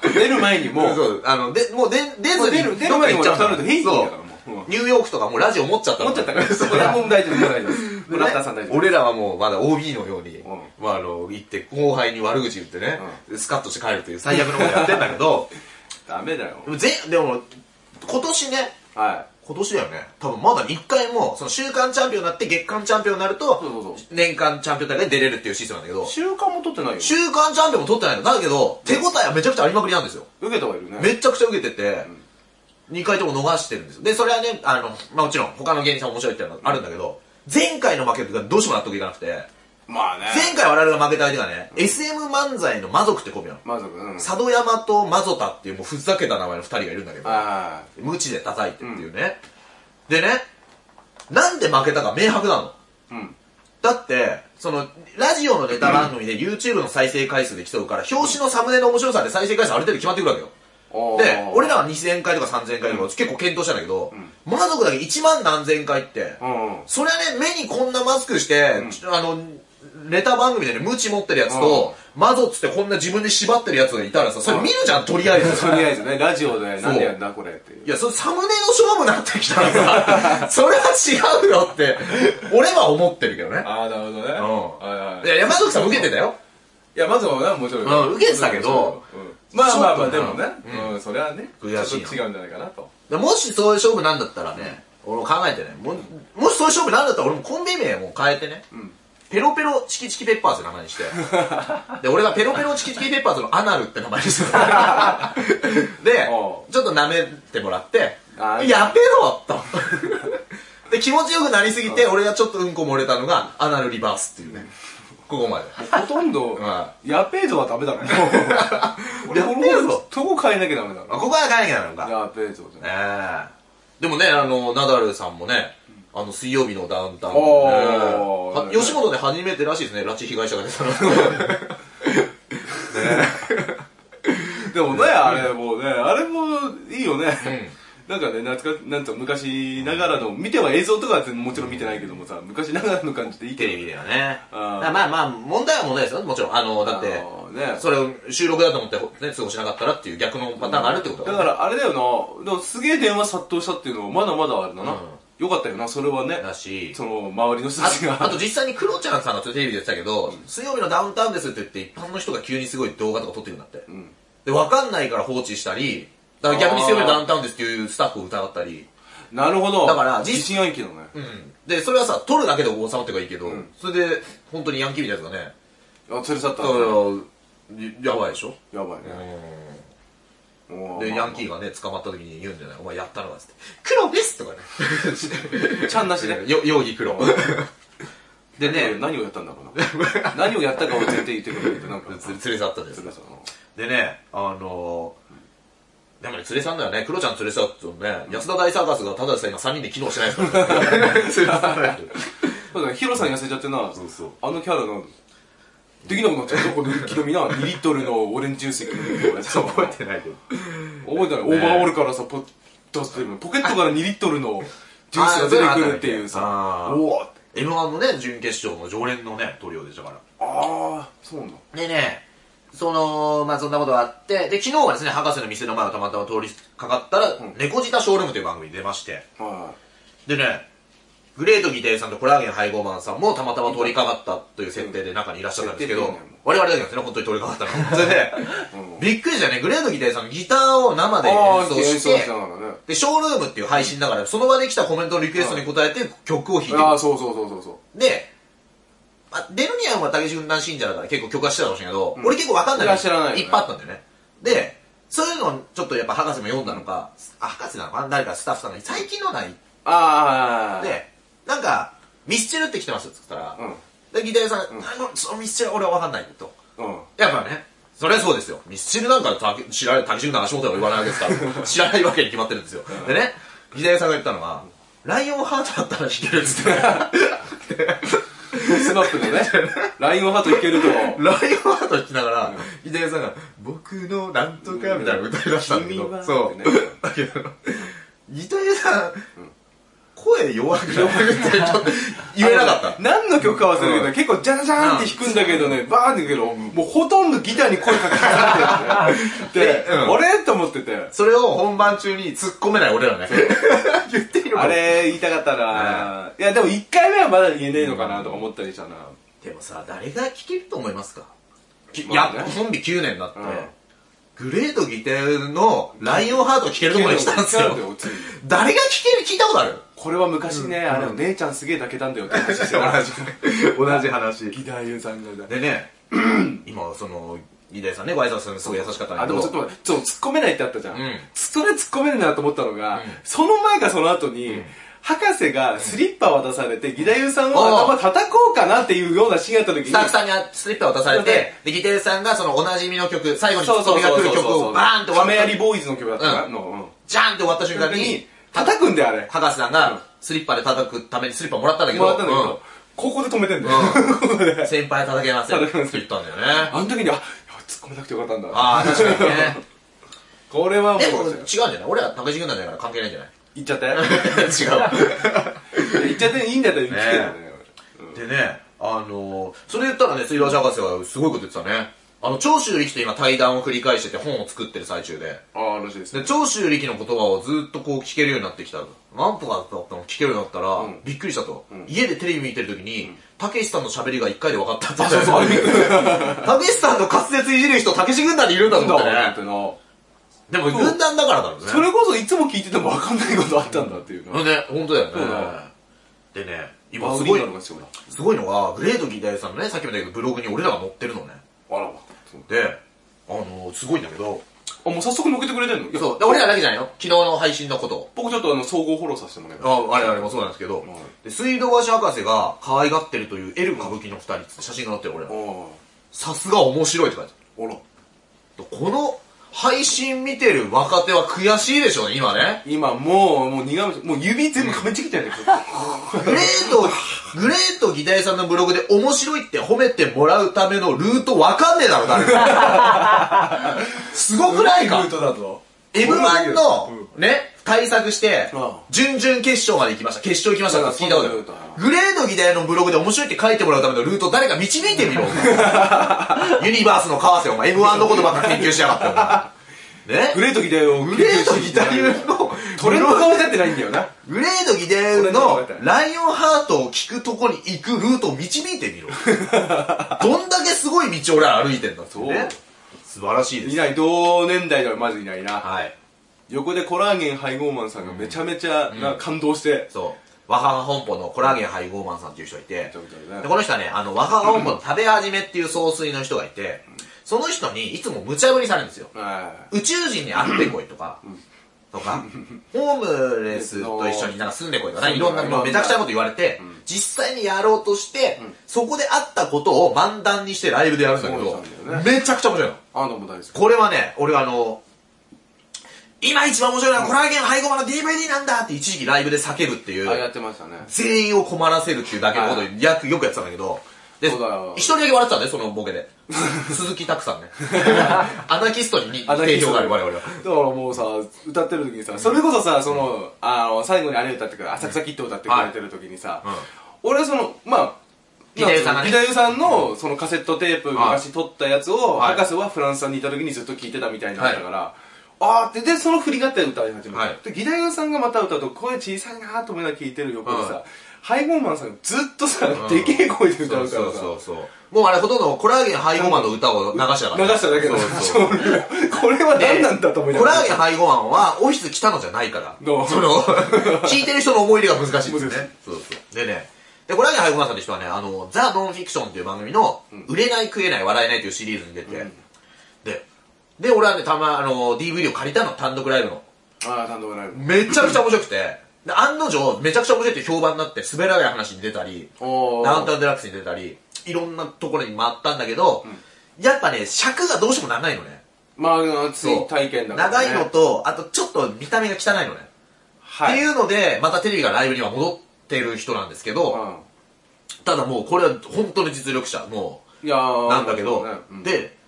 らね。出る前にもも うう、 そう、あの、で、もう出、出ずもうに出る出る前にもうどっか行っちゃうんだ取ると平気だそからもうう。ニューヨークとかもうラジオ持っちゃったの思っちゃったから これはもう大丈夫もう大丈 夫ラッターさん大丈夫俺らはもうまだ OB のように、んまあ、あの行って後輩に悪口言ってね、スカッとして帰るという最悪のことやってんだけどダメだよで もぜでも今年ねは今年だよね多分まだ1回もその週間チャンピオンになって月間チャンピオンになるとそうそうそ年間チャンピオン大会に出れるっていうシステムなんだけどい習慣も取ってないよ週間チャンピオンも取ってないのだけど手応えはめちゃくちゃありまくりなんですよ受けたはいるねめちゃくちゃ受けてて、2回とも逃してるんですよでそれはねあの、まあ、もちろん他の芸人さんも面白いっていうのはあるんだけど、前回の負けがどうしても納得いかなくて、まあね。前回我々が負けた相手がね、SM 漫才の魔族ってコンビなの。まず、うん。佐渡山とマゾタっていうもうふざけた名前の二人がいるんだけど、あ無知で叩いてっていうね。でね、なんで負けたか明白なの。あ。うん。だって、その、ラジオのネタ番組で YouTube の再生回数で競うから、表紙のサムネの面白さで再生回数ある程度決まってくるわけよ。おーで、俺らは2000回とか3000回とか結構検討したんだけど、魔族だけ1万何千回って、うんうん。そりゃね、目にこんなマスクして、ちょあの、ネタ番組でね、ムチ持ってるやつと、マゾっつってこんな自分で縛ってるやつがいたらさ、それ見るじゃん、とりあえ ず。 とりあえずね、ラジオでなんでやんだこれっていう。いや、それサムネの勝負になってきたら さ、それは違うよって、俺は思ってるけどね。ああ、なるほどね。はいはいいや、山崎さん受けてたよ。いや、まずはね、もちろん。うん受けてたけどうん、まあまあまあ、ちでょもっとねな、うん、それはね、ちょ悔っしいなと違うんじゃないかなと。でもしそういう勝負なんだったらね、俺も考えてね、ももしそういう勝負なんだったら俺もコンビ名も変えてね、ペロペロチキチキペッパーズって名前に して、で、俺がペロペロチキチキペッパーズのアナルって名前に してた。で、ちょっおと舐めてもらってあ、ーやべろと。で、気持ちよくなりすぎて、俺がちょっとうんこ漏れたのが、アナルリバースっていうね、ここまで。ほとんどは、やペーゾはダメ だね。俺、やっべえぞとこ変えなきゃダメだあな。ここは変えなきゃなのか。やペーゾじゃない。ねえでもね、あの、ナダルさんもね、あの、水曜日のダウンタウン、ねおーは、吉本で初めてらしいですね、拉致被害者が出たの。 でもね、あれもうね、あれもいいよね。なんかね、懐か、なんと昔ながらの、見ては映像とかはもちろん見てないけどもさ、昔ながらの感じでいいテけレビではね。あーまあまあ、問題は問題ですよ、もちろん。あの、だど。って、あのね。それを収録だと思って、ね、過ごしなかったらっていう逆のパターンがあるってことだだ,、からあれだよな、でもすげえ電話殺到したっていうのはまだまだあれだな。よかったよな、それはね。だし、その、周りの人たちあが。あと実際にクロちゃんさんがテレビで言ってたけど、水曜日のダウンタウンですって言って一般の人が急にすごい動画とか撮ってくるんだって。んで、わかんないから放置したり、だから逆に水曜日のダウンタウンですっていうスタッフを疑ったり。なるほど。だから自信暗記だね。うんで、それはさ、取るだけで収まってればいいけど、それで、本当にヤンキーみたいなやつがね、あ、連れ去っただねから、ややばいでしょやばいね。おで、まあヤンキーがね、捕まった時に言うんじゃないお前やったのかっつって。黒です とかね。ちゃんなしね。よ、容疑 黒。でね、何をやったんだろ うな。何をやったかを絶対言ってくれるって、なんか。 つ連れ去ったんです連。れ去ったのでね、あのー、でもね、連れ去んだよね。黒ちゃん連れ去ったのね、安田大サーカスがただでさえ今3人で機能してないですからね。 連れ去らないとそうだね、ヒロさん痩せちゃってな、そうそうあのキャラなんできなくなっちゃったこの一気飲みな、2リットルのオレンジジュース覚覚えてないけど。覚えてない。オーバーオールからさ、ポッ出してるのポケットから2リットルのジュースが出てくるっていうあさ、ーおおーって。 M1 のね、準決勝の常連のね、トリオでしたから。ああ、そうなんだ。でね、その、まあそんなことがあって、で、昨日はですね、博士の店の前をたまたま通りかかったら、猫舌ショールームという番組に出まして、はでね、グレートギテイさんとコラーゲン配合マンさんもたまたま通りかかったという設定で中にいらっしゃったんですけうんど設定でいいんだ我よ、々だけなんですね、本当に通りかかったの。それで、びっくりしたね、グレートギテイさんがギターを生い。で演ああ、奏演し奏してな、がらね。で、ショールームっていう配信だから、その場で来たコメントのリクエストに応えて曲を弾いてくれるああ、そうそうそうそうそう。で、まあ、デルニアンは武志軍団信者だから結構曲はしてたかもしれないけど、俺結構わかんないいや知らないよねっぱいあったんだよね。で、そういうのをちょっとやっぱ博士も読んだのか、あ、博士なのかな誰かスタッフさんが最近のないああ、、で、なんか、ミスチルって来てますって言ったうら、ん。で、ギター屋さんが、あの、そのミスチル俺はわかんないと。うん。やっぱね、それはそうですよ。ミスチルなんかた知らない、滝潤の足元は言わないわけです から、知らないわけに決まってるんですよ。でね、ギター屋さんが言ったのは、ライオンハートだったら弾けるっつって。スナップのね、ラインをハートいけると、ライオンハート弾きながら、伊藤さんが、僕のなんとかみたいな歌い出したんだけ君はど、そうってね。だけど、伊藤さん、声弱 くなってるってちょっと言えなかった。何の曲か忘れるけど、うん結構ジャンジャンって弾くんだけどね、バーンって言うけど、もうほとんどギターに声かけられ てるんだよねで、うんあれと思ってて、それを本番中に突っ込めない俺らね。 言っていいのかあなれ言いたかったな、いやでも1回目はまだ言えねえのかなとか思ったりしたな、でもさ、誰が聴けると思いますかきまやあっねとコンビ9年だってうん、グレートギテーのライオンハート聴けるとこまで来たんですよ聞けるとこ。ついに誰が聴ける聞いたことあるこれは昔ね、あれ姉ちゃんすげえ抱けたんだよって話してた 同じ話。 ギターユーさんがでね、 今、その、ギデイさんね、ご挨拶するのすごい優しかったんあ、だでけどもちょっと待って、ちょっと突っ込めないってあったじゃん。うんそれ突っ込めるなと思ったのが、その前かその後に、博士がスリッパ渡されて、義太夫さんを頭叩こうかなっていうようなシーンやった時に、スタッフさんにスリッパ渡されて、で、ギテルさんがそのおなじみの曲、最後にツそうッそコうミがそう来そるう曲をバーンと亀割っ有て、ボーイズの曲だったから、うの、うん。ジャーンって終わった瞬間時にに、、叩くんだよ、あれ。博士さんがスリッパで叩くためにスリッパもらったんだけど、もらったんだけうんど、ここで止めてんだよ。ここで。先輩叩けませんって叩けませ言んったんだよね。 あの時に、あ、いや突っ込めなくてよかったんだ。ああ、確かにね。 これはもう、でも違うんじゃない俺は高橋軍団だから関係ないんじゃない 行っちゃって。 違行っちゃっていいんだったら言ってきてんだね。う。でね、あのー、それ言ったらね、水橋博士はすごいこと言ってたね。あの、長州力と今対談を繰り返してて本を作ってる最中で。ああ、らしいですで、ね。長州力の言葉をずっとこう聞けるようになってきた。何歩かだったの聞けるようになったら、んびっくりしたと、家でテレビ見てる時に、たけしさんの喋りが一回で分かったって。そうそうあれびっくりたけしさんの滑舌いじる人、たけし軍団にいるんだと思ってだっねて。な。でも軍団だからだろうね。それこそいつも聞いてても分かんないことあったんだっていうの。ね、本当だよねそうだ。でね、今今すすごごいいの、が必要だ。すごいのが、グレートギターさんのね、さっきも言ったけど、ブログに俺らが載ってるのね。あら、あ、で、あのー、すごいんだけど、もう早速乗っけてくれてんのいや、そう、で俺らだけじゃないよ。昨日の配信のことを。僕ちょっとあの、総合フォローさせてもらいます。あ我々もそうなんですけど、で水道橋博士が可愛がってるというエル歌舞伎の二人っつって写真が載ってる俺らああ。さすが面白いって書いてあら。あるこの配信見てる若手は悔しいでしょうね今ね今もう、もう苦虫、もう指全部噛みちぎってやる んだけど。グレー トグレートギタさんのブログで面白いって褒めてもらうためのルートわかんねえだろ誰 かすごくないかルートだぞ。 M1 のうん、ね、対策してああ、準々決勝まで行きました、決勝行きましたって聞いたことあだるからそんなルー。グレード議題のブログで面白いって書いてもらうためのルートを誰か導いてみ ろ。お前ユニバースの川瀬、お前 M1 のことばっか研究しやがって、お前。グねレートギターを。グレード議題の、トレンドが分かってないんだよな。グレード議題のライオンハートを聞くとこに行くルートを導いてみ ろ。どんだけすごい道を俺ら歩いてんだってね。素晴らしいで いす。ない、同年代ではまずいないな。はい。横でコラーゲン配合マンさんがめちゃめちゃな感動して、そう。若葉本舗のコラーゲン配合マンさんっていう人がいて、ちょっとねでこの人はね、あの、若葉本舗の食べ始めっていう総帥の人がいて、その人にいつも無茶ぶりされるんですよ。は宇宙人に会ってこいとか、とか、ホームレスと一緒になんか住んでこいとか、い住んでろこいんなまあめちゃくちゃなこと言われて、実際にやろうとして、そこで会ったことを漫談にしてライブでやるんだけそうどなんだよ、めちゃくちゃ面白いの。い。あのも大好き。これはね、俺あの、今一番面白いのはコラーゲン配合マンの DVD なんだって一時期ライブで叫ぶっていう。あ、やってましたね。全員を困らせるっていうだけのことをはやくよくやってたんだけど、で、そうだよ一人だけ笑ってたんだよ、そのボケ で。鈴木拓さんね。アナキストににアナキ定スト評がある、我々は。だからもうさ、歌ってる時にさ、それこそさ、その、あの、最後にあれ歌ってくれ、浅草キッド歌ってくれてる時にさ、うん俺その、まあ、義太夫さんがね義太夫さんの、そのカセットテープ、はい昔撮ったやつを、はい博士はフランスさんにいた時にずっと聞いてたみたいなんだから、あーって、で、その振りがあって歌い始めた。はいで、義太夫さんがまた歌うと、声小さいなーと思いながら聞いてる横でさ、ハイゴーマンさんがずっとさ、でけえ声で歌そううかそらうさ、そうそう。もうあれほとんどコラーゲン配合マンの歌を流したからね、流しただけだそうよそう。これは何なんだと思いなコがラら。ーゲン配合マンはオフィス来たのじゃないから。どう その、聞いてる人の思い入れが難しいんです難しいね。そうそう。でね、で、コラーゲン配合マンさんって人はね、あの、ザ・ノンフィクションっていう番組の、売れない食えない笑えないというシリーズに出て、うんで、で、俺はね、たま、あの、DVD を借りたの、単独ライブの。あー、単独ライブ。めちゃくちゃ面白くて、で、案の定、めちゃくちゃ面白いって評判になって、滑らない話に出たり、おーダウンタウンデラックスに出たり、いろんなところに回ったんだけど、やっぱね、尺がどうしても長いのね。まあ、つそうい体験だから、ね。長いのと、あとちょっと見た目が汚いのね。はっい、ていうので、またテレビがライブには戻ってる人なんですけど、うただもうこれは本当の実力者、もん。いやーう、なんだけどそうね、うんで、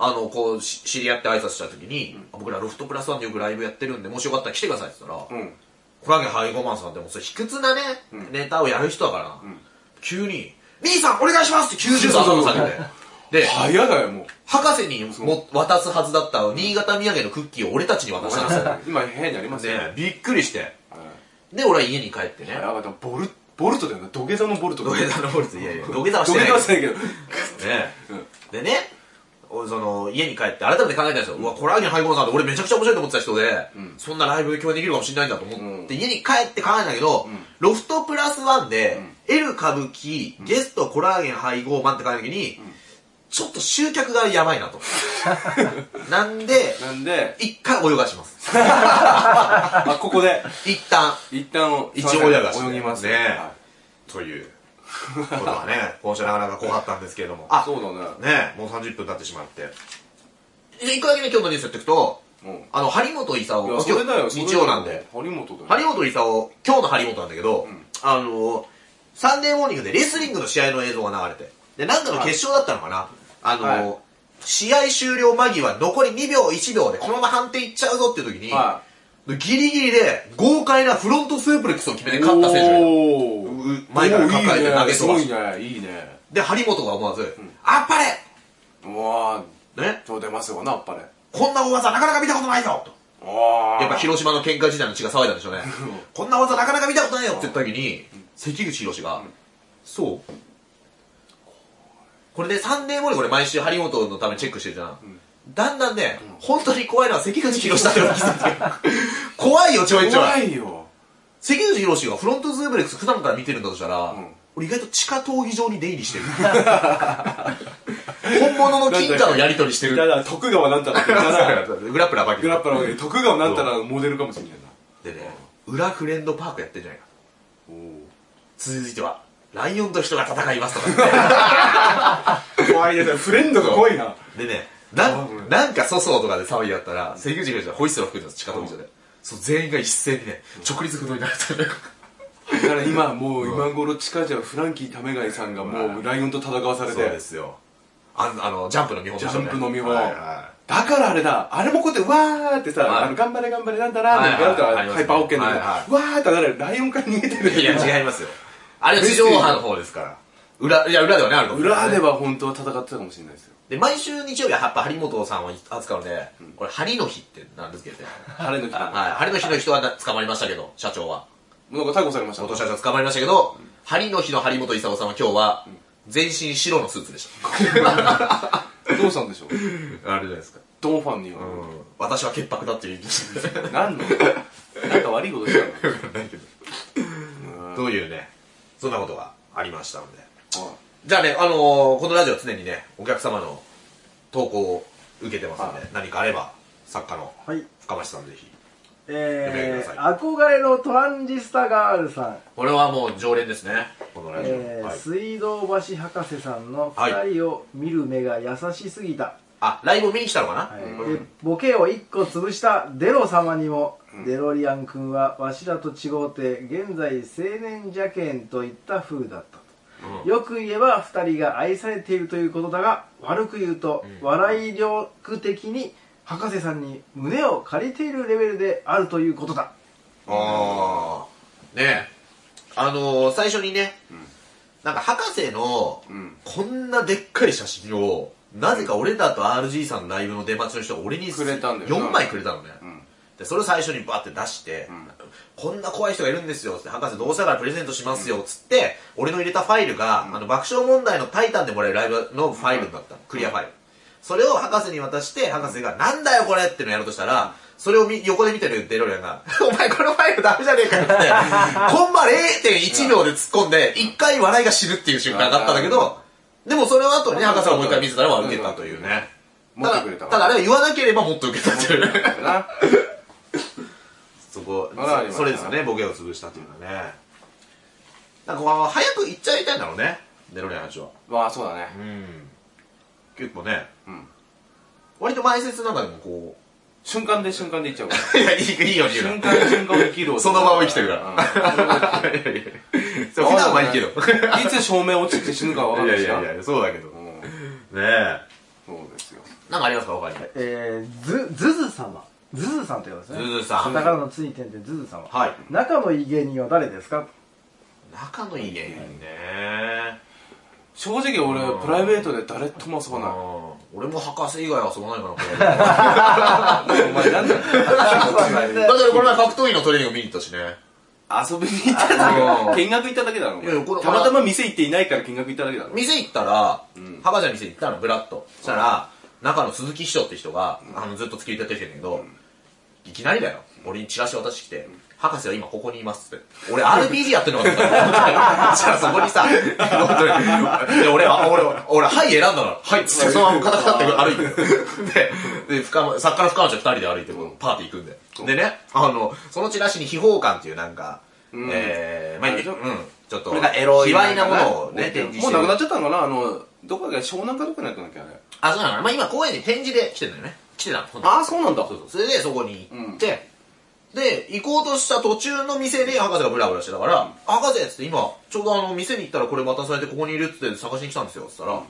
あの、こう、し知り合って挨拶した時に、あ僕らロフトプラスワンでよくライブやってるんで、もしよかったら来てくださいって言ったら、うん。コラーゲンハイゴマンさんってもうそれ卑屈なね、ネタをやる人だから、急に、兄さんお願いしますって90度頭下げて。で、早だよ、もう。博士にも渡すはずだった新潟土産のクッキーを俺たちに渡したんですよ。今、部屋にありますよ。で、びっくりして。はいで、俺は家に帰ってね。早かった。ボル、ボルトだよな。土下座のボルト土下座のボルト、いやいや、土下座はし土て下ない座はしてないけど。 ねうんでね、俺その、家に帰って改めて考えたんですよ。うわ、コラーゲン配合さんって俺めちゃくちゃ面白いと思ってた人で、そんなライブで共演できるかもしれないんだと思って、家に帰って考えたんだけど、ロフトプラスワンで、L 歌舞伎、ゲストコラーゲン配合マンって考えた時に、ちょっと集客がやばいな と。なんで、なんで、一回泳がします。あ、ここで、一旦、一旦、 一応やがして泳ぎますねはということは ね、今週なかなか濃かったんですけれども。いあ、そうだね。ねもう30分経ってしまって。で、一個だけね、今日のニュースやっていくと、うん。あの、張本勲、い今や、それだよ、日日曜なんで。それだよ。張本だ張よ。本勲、今日の張本なんだけど、んあの、サンデーモーニングでレスリングの試合の映像が流れて、で、なんかの決勝だったのかな、あの、はい試合終了間際残り2秒1秒でこのまま判定いっちゃうぞっていう時に、はギリギリで豪快なフロントスープレックスを決めて勝った選手がいるおうー前から抱えて投げ飛ばすおーいいねすごいね、いいね。で、張本が思わず、あっぱうわれね、ー、う出ますよな、あっぱれ。こんな大技なかなか見たことないぞと。あー。やっぱ広島の喧嘩時代の血が騒いだんでしょうね。こんな技なかなか見たことないよって言った時に、関口博が、そうこれでサンデーモーニングこれ毎週張本のためにチェックしてるじゃん。だんだんね、本当に怖いのは関口博だって 気づいてる怖いよ、ちょいちょい。怖いよ。関口博がフロントズーブレックス普段から見てるんだとしたら、ん俺意外と地下闘技場に出入り してる。本物の金貨のやり取りしてだる。から、徳川なんたらって言った ら、グラップラーバキグラッパーの徳川なんたらのモデルかもしれないな。でね、裏フレンドパークやってんじゃないか。お続いては、ライオンと人が戦いますとかね、ー怖いですね。フレンドが怖いな。 でね、なうんんなんか粗相とかで騒ぎやったら、関口博がホイッスルを吹くんです、地下闘技場で。そう、全員が一斉にね、直立不動になるというか。だから今、もう今頃近々フランキー為貝さんがもうライオンと戦わされそうでて。すよ。あの、あのジャンプの見本とジしてャねンプの見本はいはいだからあれだ、あれもこうやってわーってさ、はいあの頑張れ頑張れなんだら、はいなんだらってはいはいハイパーオッケーの、はわいはいーってなるライオンから逃げてる。いや、違いますよ。あれは地上波の方ですから。裏、いや、裏ではね、あるかもしれない裏では本当は戦ってたかもしれないですよ。で、毎週日曜日はやっぱ張本さんを扱うので、これ、張の日ってなんですけどね。晴れの日あだ。はい、張の日の人はな捕まりましたけど、社長は。もうなんか逮捕されました。元社長は捕まりましたけど、張の日の張本勲さんは今日は、全身白のスーツでしどうしたんでしょう。た。あれじゃないですか。ドンファンには。うん。私は潔白だって言いました何のなんか悪いことしたのうんというね、そんなことがありましたので。はいじゃあね、あのーこのラジオは常にね、お客様の投稿を受けてますので、何かあれば、作家のはい深町さんぜひ。え読んでくだー、憧れのトランジスタガールさん、これはもう常連ですね、このラジオ。えーはい、水道橋博士さんのはい2人を見る目が優しすぎた、あ、ライブ見に来たのかな、はいうんでボケを1個潰したデロ様にも、デロリアン君はわしらと違うて現在青年邪剣といった風だったと、よく言えば2人が愛されているということだが悪く言うと、笑い力的に博士さんに胸を借りているレベルであるということだああ。ねえ。あのー、最初にね、なんか博士の、うんこんなでっかい写真を、なぜか俺だと RG さんのライブの出待ちの人が俺にくれたんだよな4枚くれたのね。んで、それを最初にバーって出して、んこんな怖い人がいるんですよ、つって、博士どうせだからプレゼントしますよ、つって、俺の入れたファイルが、あの、爆笑問題のタイタンでもらえるライブのファイルだったの。クリアファイル。それを博士に渡して、博士が、なんだよこれってのをやろうとしたら、それをみ横で見てるデロリアンが、 お前このファイルダメじゃねえかよって、 コンマ0.1秒で突っ込んで、一回笑いが死ぬっていう瞬間があったんだけうんど、でもそれを後にね、博士がもう一回見せたら、まあ受けたというね。持ってくれただただあれは言わなければもっと受けたという。だよな。 そこあらありましそそたれですよねボケを潰したっていうのはねなんかこう早く行っちゃいたいんだろうねデロリアンの話はまあそうだね。うん結構ねうん。割と前説なんかでもこ瞬間で瞬間でいっちゃうから。ういやいいいいよいいよ瞬間で瞬間を生きる男その場を生きてるからうんいやいやそれ普段はいいけどいつ照明落ちて死ぬか分かんいなやいいしな。やいやそうだけどねうんえなそうですよ。んかありますか他にズえー、ず、ずず様。ずずさんと言いますね。ズさカんタカナのついてんてんずず様。はい仲のいい芸人は誰ですか仲のいい芸人ね正直俺、プライベートで誰とも遊ばうなん俺も博士以外は遊ばないかなこ れだい。お 前なんだよってこの前格闘技のトレーニング見に行ったしね遊びに行っただけうん見学行っただけだろ。お前いやこのたまたま店行っていないから見学行っただけだろ。店行ったら、ん博士の店行ったの、ブラッと。そしたら、中の鈴木師匠って人が、あの、ずっと付き合い立ててるんだけど、いきなりだよ。俺にチラシ渡してきて、博士は今ここにいますって。俺 RPG やってるのかと 思ったじゃあそこにさ、本当にで俺は、俺は、俺、はい選んだの。はいっつって、そのままカタカタって歩いてる。で、で、深ま、作家の深町は二人で歩いて、こうパーティー行くんで。でね、あの、そのチラシに秘宝館っていうなんか、えー、まあ、いいうん、ちょっと、これがエロい卑猥なものをなねん、かね展示もしうてなるくなっちゃったのかなあの、どこだっけ湘南かどこかになったんだっけあれ。あ、そうなのまあ今公園に展示で来てんだよね。来てたの。ほんとああ、そうなんだ。そうそう。それでそこに行って、で、行こうとした途中の店で博士がブラブラしてたから、博士っつって今、ちょうどあの店に行ったらこれ渡されてここにいるっつって探しに来たんですよ。つったら、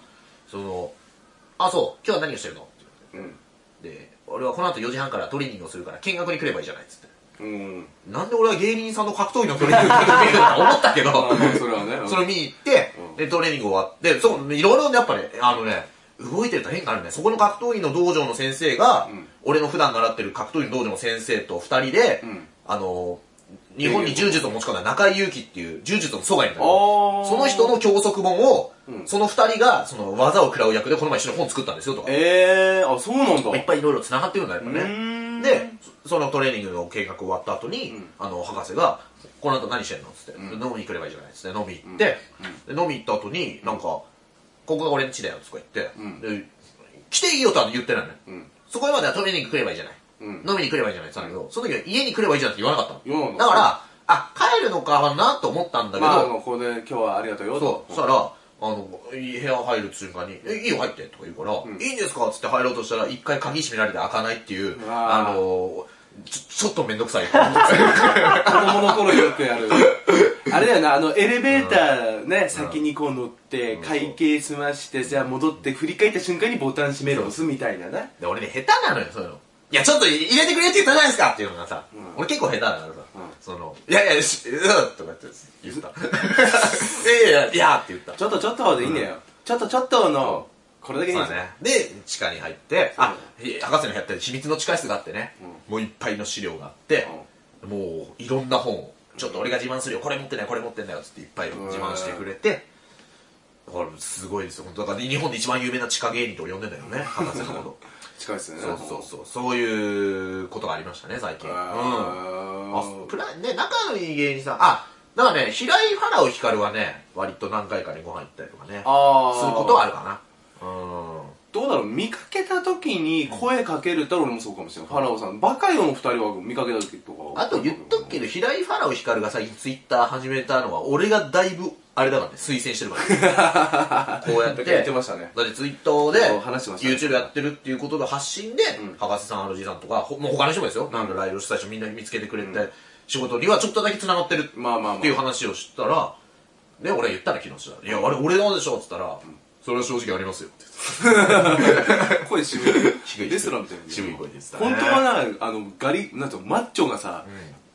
その、あ、そう、今日は何をしてるのって言われてで、俺はこの後4時半からトレーニングをするから見学に来ればいいじゃないっつって。うん。なんで俺は芸人さんの格闘技のトレーニングを見るのか思ったけど、あまあそれはね。うんそれ見に行ってう、んで、トレーニング終わって、そう、いろいろねやっぱね、あのね、動いてると変化あるね。そこの格闘技の道場の先生が、ん俺の普段習ってる格闘技の道場の先生と二人で、んあの、日本に柔術を持ち込んだ中井祐樹っていう柔術の祖がいるんだけあど、ーその人の教則本を、うんその二人が、その技を食らう役でこの前一緒に本作ったんですよとか、ええー、あ、そうなんだ。いっぱいいろいろ繋がってるんだよ、やっぱね。ねで、そそのトレーニングの計画終わった後に、うんあの、博士が、この後何してんのっつって、うん飲みに来ればいいじゃないっつって、飲み行って、で飲み行った後に、なんか、ここが俺の家だよ、とか言って、うんで、来ていいよとは言ってないのよ。うん。そこまではトレーニング来ればいいじゃない。うん。飲みに来ればいいじゃないって言ったんだけど、その時は家に来ればいいじゃんって言わなかった言わの。なかっただから、あ、帰るのかなと思ったんだけど、まあ、あのここで今日はありがとうそよとう、そしたら、あの、部屋入る瞬間に、え、いいよ入ってとか言うから、んいいんですかっつって入ろうとしたら、一回鍵閉められて開かないっていう、うわーあの、ちょ、ちょっとめんどくさい。 子供の頃よくやる。 あれだよな、あの、エレベーターね、先にこう乗って、会計済まして、じゃあ戻って、振り返った瞬間にボタン閉める押すみたいなね。で、俺ね、下手なのよ、そういうの。いや、ちょっと入れてくれって言ったじゃないですかっていうのがさ、俺結構下手だからさ、その、いやいや、し、うん、とかって言った。 いやいや、いやって言った。ちょっとちょっとでいいんだよ。ちょっとちょっとの、これだけでいそいんうだだよ。ね。で、地下に入って、あ、ひ博士の部屋って秘密の地下室があってね、もういっぱいの資料があって、もういろんな本を、ちょっと俺が自慢するよ、これ持ってない、これ持ってんだよつっていっぱい自慢してくれて、だからすごいですよ、本当だから日本で一番有名な地下芸人と俺呼んでんだよね、博士のこと。近いですよ ね。そうそうそう、そういうことがありましたね、最近。うん。あ、あプラ、ね、仲のいい芸人さん、あ、だからね、平井ファラオ光はね、割と何回かにご飯行ったりとかね、あーすることはあるかな。うん。どうだろう見かけた時に声かけるって俺もそうかもしれない。ファラオさん。バカよの二人は見かけた時とか。あと言っとくけど、平井ファラオ光がさ、ツイッター始めたのは、俺がだいぶ、あれだからね、推薦してる から、ね、こうやって。言ってましたねだってツイッターそうで、話してましたね YouTube やってるっていうことの発信で、博士さん、あのじいさんとか、ほもう他の人もですよ、なんかライブした人みんな見つけてくれて、仕事にはちょっとだけ繋がってるまあまあまあっていう話を知ったら、で、俺言ったら木下だ。いや、あれ俺なんでしょって言ったら、それは正直ありますよって 声渋渋い。いレストランみたいな。渋い声で言ってたね本当はな、あの、ガリ、なんていうのマッチョがさ、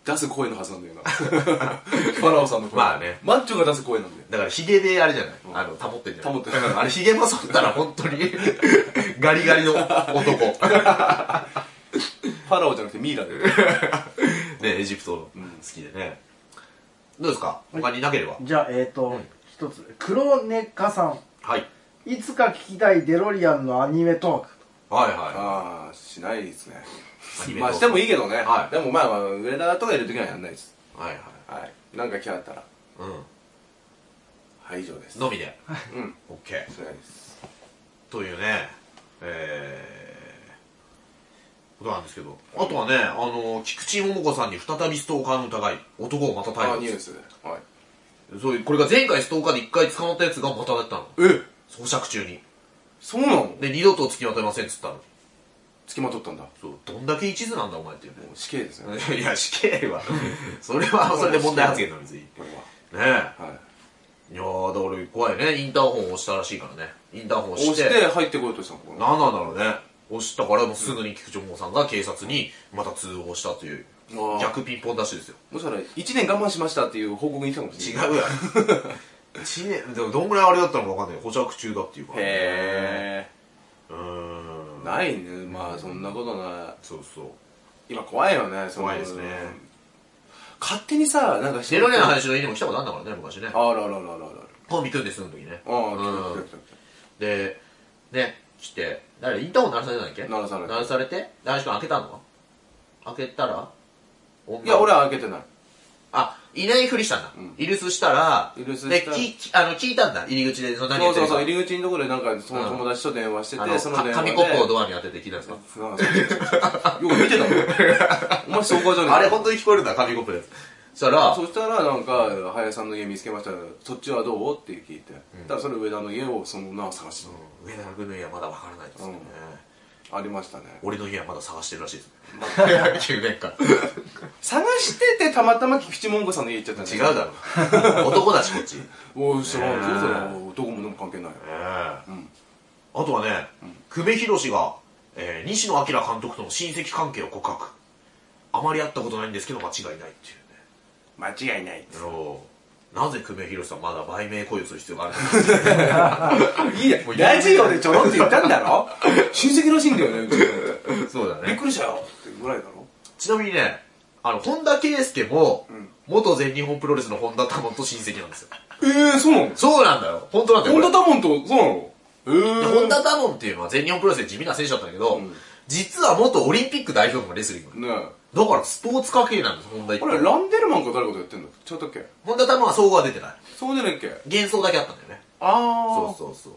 出す声のはずなんだよ な。ファラオさんの声。まあねマッチョが出す声なんだよ。だからヒゲであれじゃない、あの、保ってんじゃない保ってるあれヒゲも剃ったら本 当に、ガリガリの男。ファラオじゃなくてミイラで。ね、エジプトの好きでね。どうですか他になければ。じゃあえっ、と一つ黒ネカさんはい。いつか聞きたいデロリアンのアニメトークはいはああ、しないですね。い。アニメまあとしてもいいけどね。はいでもまあまあ、上田とかいる時はやんないです。はいはい。はい。なんか来はったら。うはい、以上です。ん。のみで。うん。オッケしないです。ー。というね、えー、ことなんですけど。あとはね、あの、菊池桃子さんに再びストーカーの疑い。男をまたあ逮ーニュー捕。ス。はい。そういう、これが前回ストーカーで一回捕まったやつがまた出たの。え保釈中に。そうなので、二度と付きまとめませんっつったの。付きまとったんだ。そう、どんだけ一途なんだお前っていうね。死刑ですね。 いや、死刑は、それ は、それで問題発言なんですねこれえ。いやは。はい。ー、だから怖いね。インターホンを押したらしいからね。インターホンを押押し、してて入ってこようとしたのかな。何なんだろうね。押したから、もうすぐに菊池桃さんが警察にまた通報したというあー、逆ピンポンダッシュですよ。もしかしたら、1年我慢しましたっていう報告に来たかもし違れない。うや ん。1年、でもどんぐらいあれだったのかわかんない。保釈中だっていうから、ね。へうーえ。ん。ないね。まあ、そんなことない。そうそう。今怖いよね、その怖いですね。勝手にさ、なんかしてデロリアンの話の家にも来たことあんだからね、昔ね。あらららららら。コンビ組んで住む時ね。ああ、う来んた来た来た来で、ね、来て、誰、インターホン鳴らされたんだっけ鳴らされた鳴らされて、大志君開けたの開けたら女いや、俺は開けてない。あ、いないふりしたんだ。イルスしたら、居留守したで、き、きあの、聞いたんだ。入り口で、その何そ言うってそうるそう、か。入り口のところでなんか、その友達と電話してあて、のそのか電話で。紙コップをドアに当てて聞いたんですかそうそうそうよく見てたもん。お前そうかじゃねえかあれ本当に聞こえるんだ、紙コップです。そしたら、そしたらなんか「林さんの家見つけましたそっちはどう?」って聞いて、ただそれ上田の家をその女は探して上田君の家はまだわからないですよね。た、ありましたね俺の家はまだ探してるらしいです。9年 間。探しててたまたま菊池桃子さんの家行っちゃったん違うだ ろ。男だし、こっち。おい知らないねえそれはどこもでも関係ないええあとはね、久米宏が、えー西野明監督との親戚関係を告白あまり会ったことないんですけど間違いないっていう間違いないねなぜ久米宏さんまだ売名恋をする必要があるいいやラジオでちょろって言ったんだ ろ親戚らしいんだよねうちのの そうだびっくりしたよってぐらいだろちなみにねあの本田圭佑も、元全日本プロレスの本田多門と親戚なんですよええそうなのそうなんだよ本当なんだよ本これ田多門とそうなのえでえ本田多門っていうのは全日本プロレスで地味な選手だったんだけど、実は元オリンピック代表のレスリングねえだからスポーツ関係なんです本田一あれ本ランデルマンか誰かとやってんのちゃったっけ本田多門は総合は出てないそうでないっけ幻想だけあったんだよねあそあうそうそ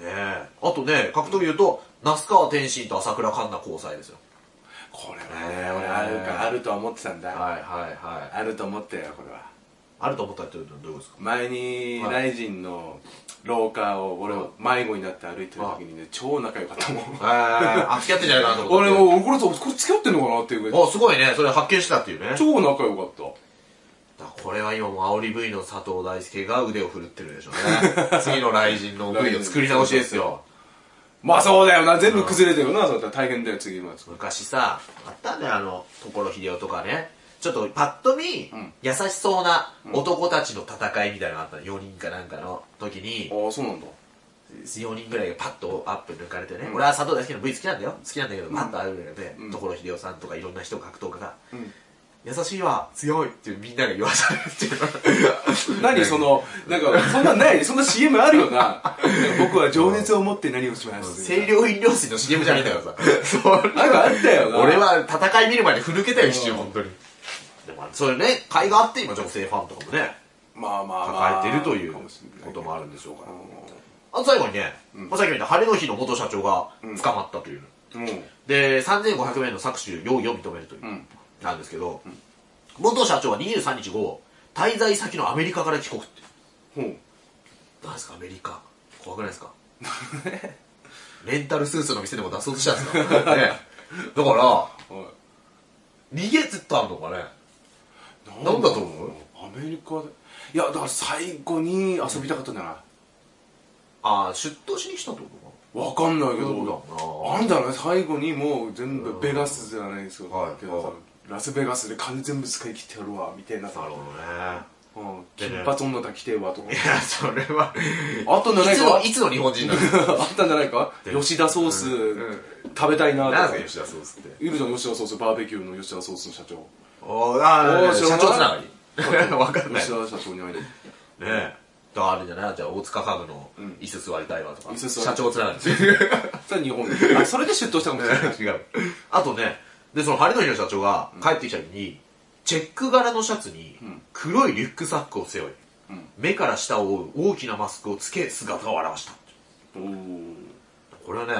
うねえあとね格闘技言うと、那須川天心と朝倉環奈交際ですよこれはね俺あるかあるとは思ってたんだ、いはいはいあると思ったよこれはあると思ったらどういうことですか前にはいライジンの廊下を俺は迷子になって歩いてる時にね超仲良かったも んえー、あ付き合ってんじゃないかなと思って俺もうこれこれ付き合ってんのかなっていうぐらいおすごいねそれ発見したっていうね超仲良かっただからこれは今もう煽り V の佐藤大輔が腕を振るってるでしょう ね次の雷神の V を作り直しですよまあそうだよな全部崩れてるな、そうだったら大変だよ次は昔さあったんだよあの所秀夫とかねちょっとパッと見、ん優しそうな男たちの戦いみたいなのあったの4人かなんかの時にああそう なんだ4人ぐらいがパッとアップ抜かれてね、俺は佐藤大輔の V 好きなんだよ好きなんだけどパッとアップ抜かれて、うん所秀夫さんとかいろんな人格闘家が、ん優しいわ強いってみんなが言わされるっていう何そのなんかそんなんないそんな CM あるよな なんか僕は情熱を持って何をします清涼飲料水の CM じゃないんだからさ それなんかあったよな俺は戦い見る前にふぬけたよ一瞬本当にでもそれね甲斐があって今女性ファンとかもねまあまあまあ抱えてるというかこもしれないとけどもあるんでしょうからうあと最後にね、まあ、さっきも言った晴れの日の元社長が捕まったという、んうんで3500名の搾取容疑を認めるという、んなんですけど、元社長は23日後滞在先のアメリカから帰国ってほう何ですかアメリカ怖くないです かレンタルスーツの店でも出そうとしたんです かねだからはい逃げつったのかねなんだと思うアメリカでいやだから最後に遊びたかったんじゃないああ出頭しに来たってことかわかんないけそういうどことだあんだろうね最後にもう全部ベガスじゃないですか、はいけどさはいラスベガスで金全部使い切ってやるわみたいなさ、なるほどねうん、でね金髪女だ来てえわとかいやそれはあったんじゃないつのかいつの日本人なの あったんじゃないか吉田ソース、食べたいなとなんかすか吉田ソースっているじゃん吉田ソースバーベキューの吉田ソースの社長おあおー社知ら長ないつなが り わかんない吉ね田社長に会いにえだからあれじゃないじゃあ大塚家具のん椅子座りたいわとか椅子座り社長つながり それは日本にあそれで出頭したかもしれな い違うあとねでその晴れの日の社長が帰ってきた時にチェック柄のシャツに黒いリュックサックを背負いうん目から下を覆う大きなマスクをつけ姿を現したおーこれはね、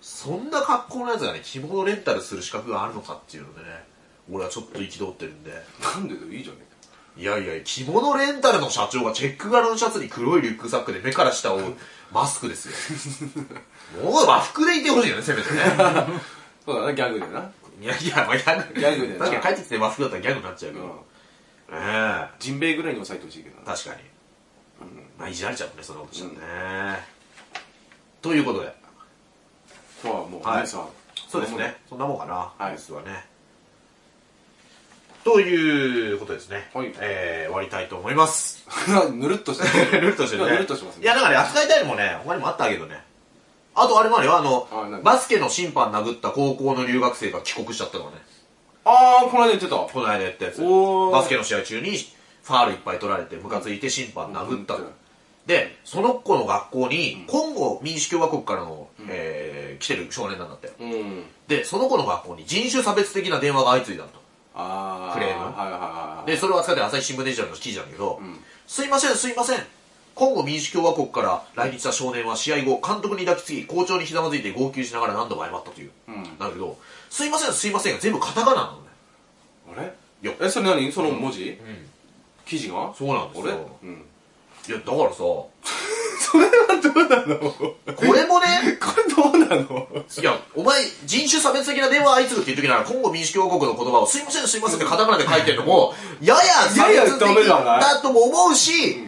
そんな格好のやつがね着物をレンタルする資格があるのかっていうのでね俺はちょっと憤ってるんでなんでだよいいじゃねえかいやいや着物レンタルの社長がチェック柄のシャツに黒いリュックサックで目から下をマスクです よもう和服でいてほしいよねせめてねそうだなギャグでな、いやいや、まあ、ギャグギャグでな確かに帰ってきて和服だったらギャグになっちゃうけど、ねえジンベエぐらいに抑えてほしいけどな確かに、まあいじられちゃうねそんなことしちゃうね、ということで今日はもうはい皆さん、そうですね。そんなもんかな。はいニュースはね。ということですね。はいえー、終わりたいと思います。 ぬるっとして ぬるるっとしてるね。ぬるっとしてますねいや、だからね、扱いたいのもね、他にもあったけどね。あと、あれもあるよ、あのあ何、バスケの審判殴った高校の留学生が帰国しちゃったのがね、ああこの間言ってたこの間やったやつ。おーバスケの試合中に、ファールいっぱい取られて、ムカついて審判殴ったとうん。で、その子の学校に、コンゴ民主共和国からの、えー来てる少年なんだって。うんで、その子の学校に人種差別的な電話が相次いだと。あークレームはいはいはいはいでそれを扱ってる朝日新聞デジタルの記事なんだけど、すいませんすいませんコンゴ民主共和国から来日した少年は試合後監督に抱きつき校長にひざまずいて号泣しながら何度も謝ったという、なんだけど「すいませんすいません」が全部カタカナなのねあれいやえそれ何その文字、記事がそうなんですあれようん いやだからさこそれはどうなの これもねれどうなの いやお前人種差別的な電話相次ぐって言う時ならコンゴ民主共和国の言葉を「すいませんすいません」ってカタカナで書いてるの もやや差やや別的ダメじゃないだとも思うし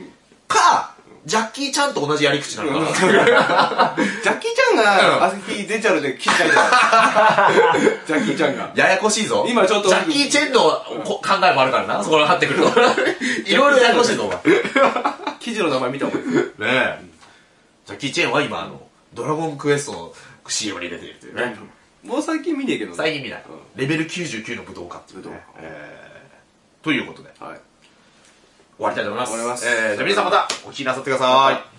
かジャッキーちゃんと同じやり口なのかなジャッキーちゃんが、朝日デジタルで聞いたんじゃ ないジャッキーちゃんが。ややこしいぞ。今ちょっとジャッキー・チェンのこ考えもあるからな、そこに張ってく ると。いろいろややこしいぞ、お前。ね記事の名前見たもん。え。ジャッキー・チェンは今、あの、ドラゴンクエストの CM に出ているというね。もう最近見ねえけどね最近見ない。レベル99の武道家っていう武ね道家えーということで、終はい。わりたいと思います。終わりますえーじゃあ皆さんまたお聞きなさってください。